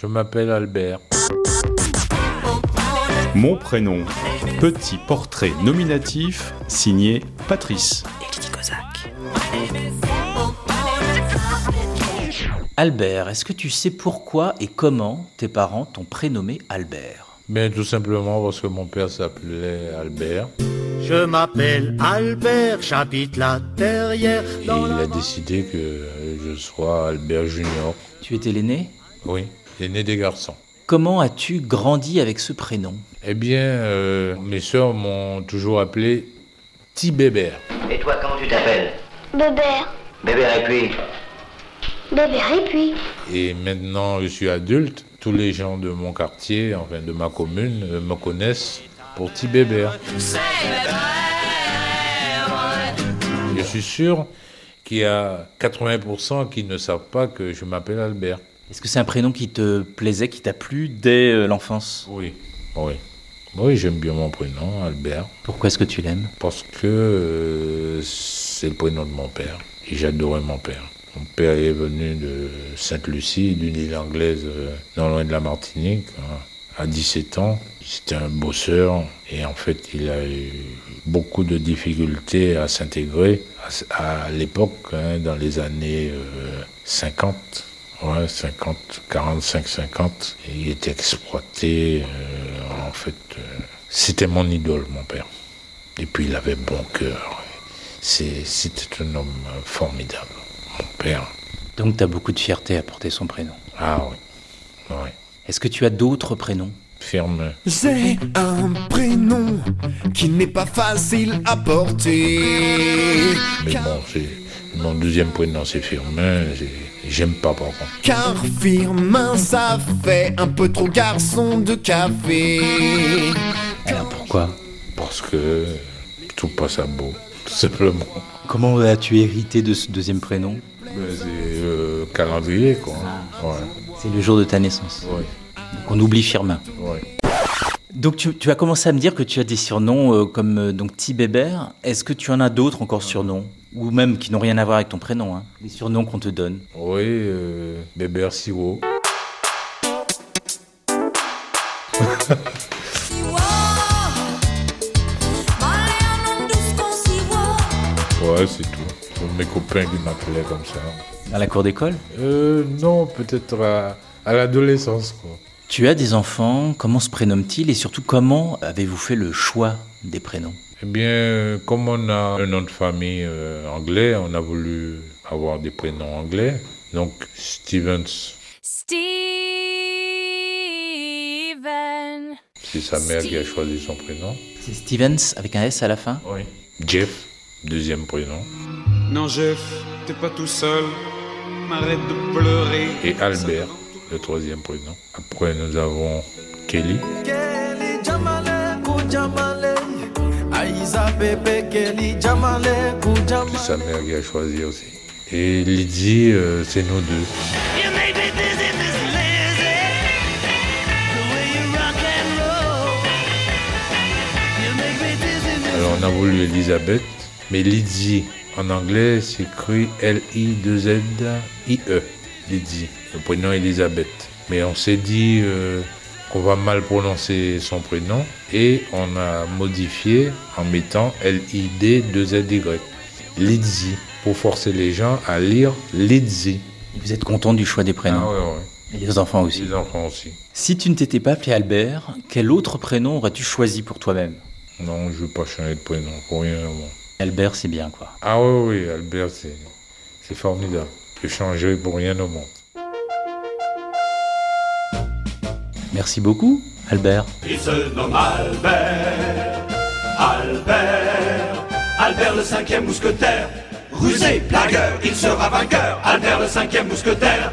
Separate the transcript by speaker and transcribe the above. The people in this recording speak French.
Speaker 1: Je m'appelle Albert.
Speaker 2: Mon prénom. Petit portrait nominatif signé Patrice.
Speaker 3: Albert, est-ce que tu sais pourquoi et comment tes parents t'ont prénommé Albert
Speaker 1: Mais tout simplement parce que mon père s'appelait Albert
Speaker 4: Je m'appelle Albert, j'habite la terrière.
Speaker 1: et il
Speaker 4: Dans la
Speaker 1: a décidé que je sois Albert Junior.
Speaker 3: Tu étais l'aîné
Speaker 1: Oui, l'aîné des garçons.
Speaker 3: Comment as-tu grandi avec ce prénom
Speaker 1: Eh bien, euh, mes sœurs m'ont toujours appelé Tibébert.
Speaker 5: Et toi, comment tu t'appelles
Speaker 6: Bébert,
Speaker 5: Bébé et puis
Speaker 6: Bébert et puis.
Speaker 1: Et maintenant, je suis adulte. Tous les gens de mon quartier, enfin de ma commune, euh, me connaissent pour Tibébert. Je suis sûr qu'il y a 80% qui ne savent pas que je m'appelle Albert.
Speaker 3: Est-ce que c'est un prénom qui te plaisait, qui t'a plu dès euh, l'enfance
Speaker 1: Oui, Bah oui. Oui, j'aime bien mon prénom, Albert,
Speaker 3: Pourquoi est-ce que tu l'aimes
Speaker 1: parce que euh, c'est le prénom de mon père. Et j'adorais mon père. Mon père est venu de Sainte-Lucie, d'une île anglaise euh, non loin de la Martinique, hein, à 17 ans. C'était un bosseur et en fait, il a eu beaucoup de difficultés à s'intégrer à s- à, l'époque, hein, dans les années euh, 50. Ouais, 50, 45, 50. Et il était exploité. euh, en fait, euh, c'était mon idole, mon père. Et puis il avait bon cœur. C'est- C'était un homme formidable, mon père.
Speaker 3: Donc t'as beaucoup de fierté à porter son prénom.
Speaker 1: Ah oui, oui.
Speaker 3: Est-ce que tu as d'autres prénoms
Speaker 1: Ferme.
Speaker 7: J'ai un prénom qui n'est pas facile à porter.
Speaker 1: Mais
Speaker 7: Car,
Speaker 1: bon, c'est- mon deuxième prénom c'est Firmin. J'ai- J'aime pas par contre.
Speaker 7: car Firmin, ça fait un peu trop garçon de café.
Speaker 3: Alors pourquoi
Speaker 1: Parce que tout passe à beau, tout simplement.
Speaker 3: Comment as-tu hérité de ce deuxième prénom
Speaker 1: Mais C'est euh, calendrier quoi. Ouais,
Speaker 3: C'est le jour de ta naissance.
Speaker 1: ouais,
Speaker 3: Donc on oublie Firmin.
Speaker 1: ouais.
Speaker 3: Donc tu, tu as commencé à me dire que tu as des surnoms euh, comme euh, donc Tibébert. Est-ce que tu en as d'autres
Speaker 1: Euh.
Speaker 3: encore surnoms ou même qui n'ont rien à voir avec ton prénom hein Les surnoms qu'on te donne.
Speaker 1: Oui, euh, Bébert Siro. Ouais, c'est tout. Tous Mes copains qui m'appelaient comme ça.
Speaker 3: À la cour d'école
Speaker 1: Euh, non, peut-être à, à l'adolescence quoi.
Speaker 3: Tu as des enfants, comment se prénomment-ils et surtout comment avez-vous fait le choix des prénoms
Speaker 1: Eh bien, euh, comme on a un nom de famille euh, anglais, on a voulu avoir des prénoms anglais. Donc, Stevens,
Speaker 8: Steven.
Speaker 1: c'est sa mère qui a choisi son prénom.
Speaker 3: C'est Stevens avec un S à la fin
Speaker 1: Oui. Jeff, deuxième prénom.
Speaker 9: Non, Jeff, t'es pas tout seul. M'arrête de pleurer.
Speaker 1: Et Albert, le troisième prénom. Après, nous avons Kelly. C'est sa mère qui a choisi aussi. Et Lydie, euh, c'est nous deux. Alors on a voulu Elisabeth, mais Lizzie en anglais s'écrit L-I-2-Z-I-E. Lizzie, E. le prénom Elisabeth. Mais on s'est dit euh, qu'on va mal prononcer son prénom et on a modifié en mettant L-I-D-2-Z-Y. Lizzie, pour forcer les gens à lire Lizzie.
Speaker 3: Et Vous êtes content du choix des
Speaker 1: Ah
Speaker 3: prénoms
Speaker 1: ouais, ouais.
Speaker 3: Et les enfants aussi.
Speaker 1: Les enfants aussi.
Speaker 3: Si tu ne t'étais pas appelé Albert, quel autre prénom aurais-tu choisi pour toi-même
Speaker 1: Non, je veux pas changer de prénom pour rien. moi.
Speaker 3: Albert, c'est bien quoi.
Speaker 1: Ah oui, oui, Albert, c'est c'est formidable. Je changerai pour rien au monde.
Speaker 3: Merci beaucoup, Albert.
Speaker 10: Il se nomme Albert, Albert, Albert le cinquième mousquetaire. Rusé, blagueur, il sera vainqueur, Albert le cinquième mousquetaire.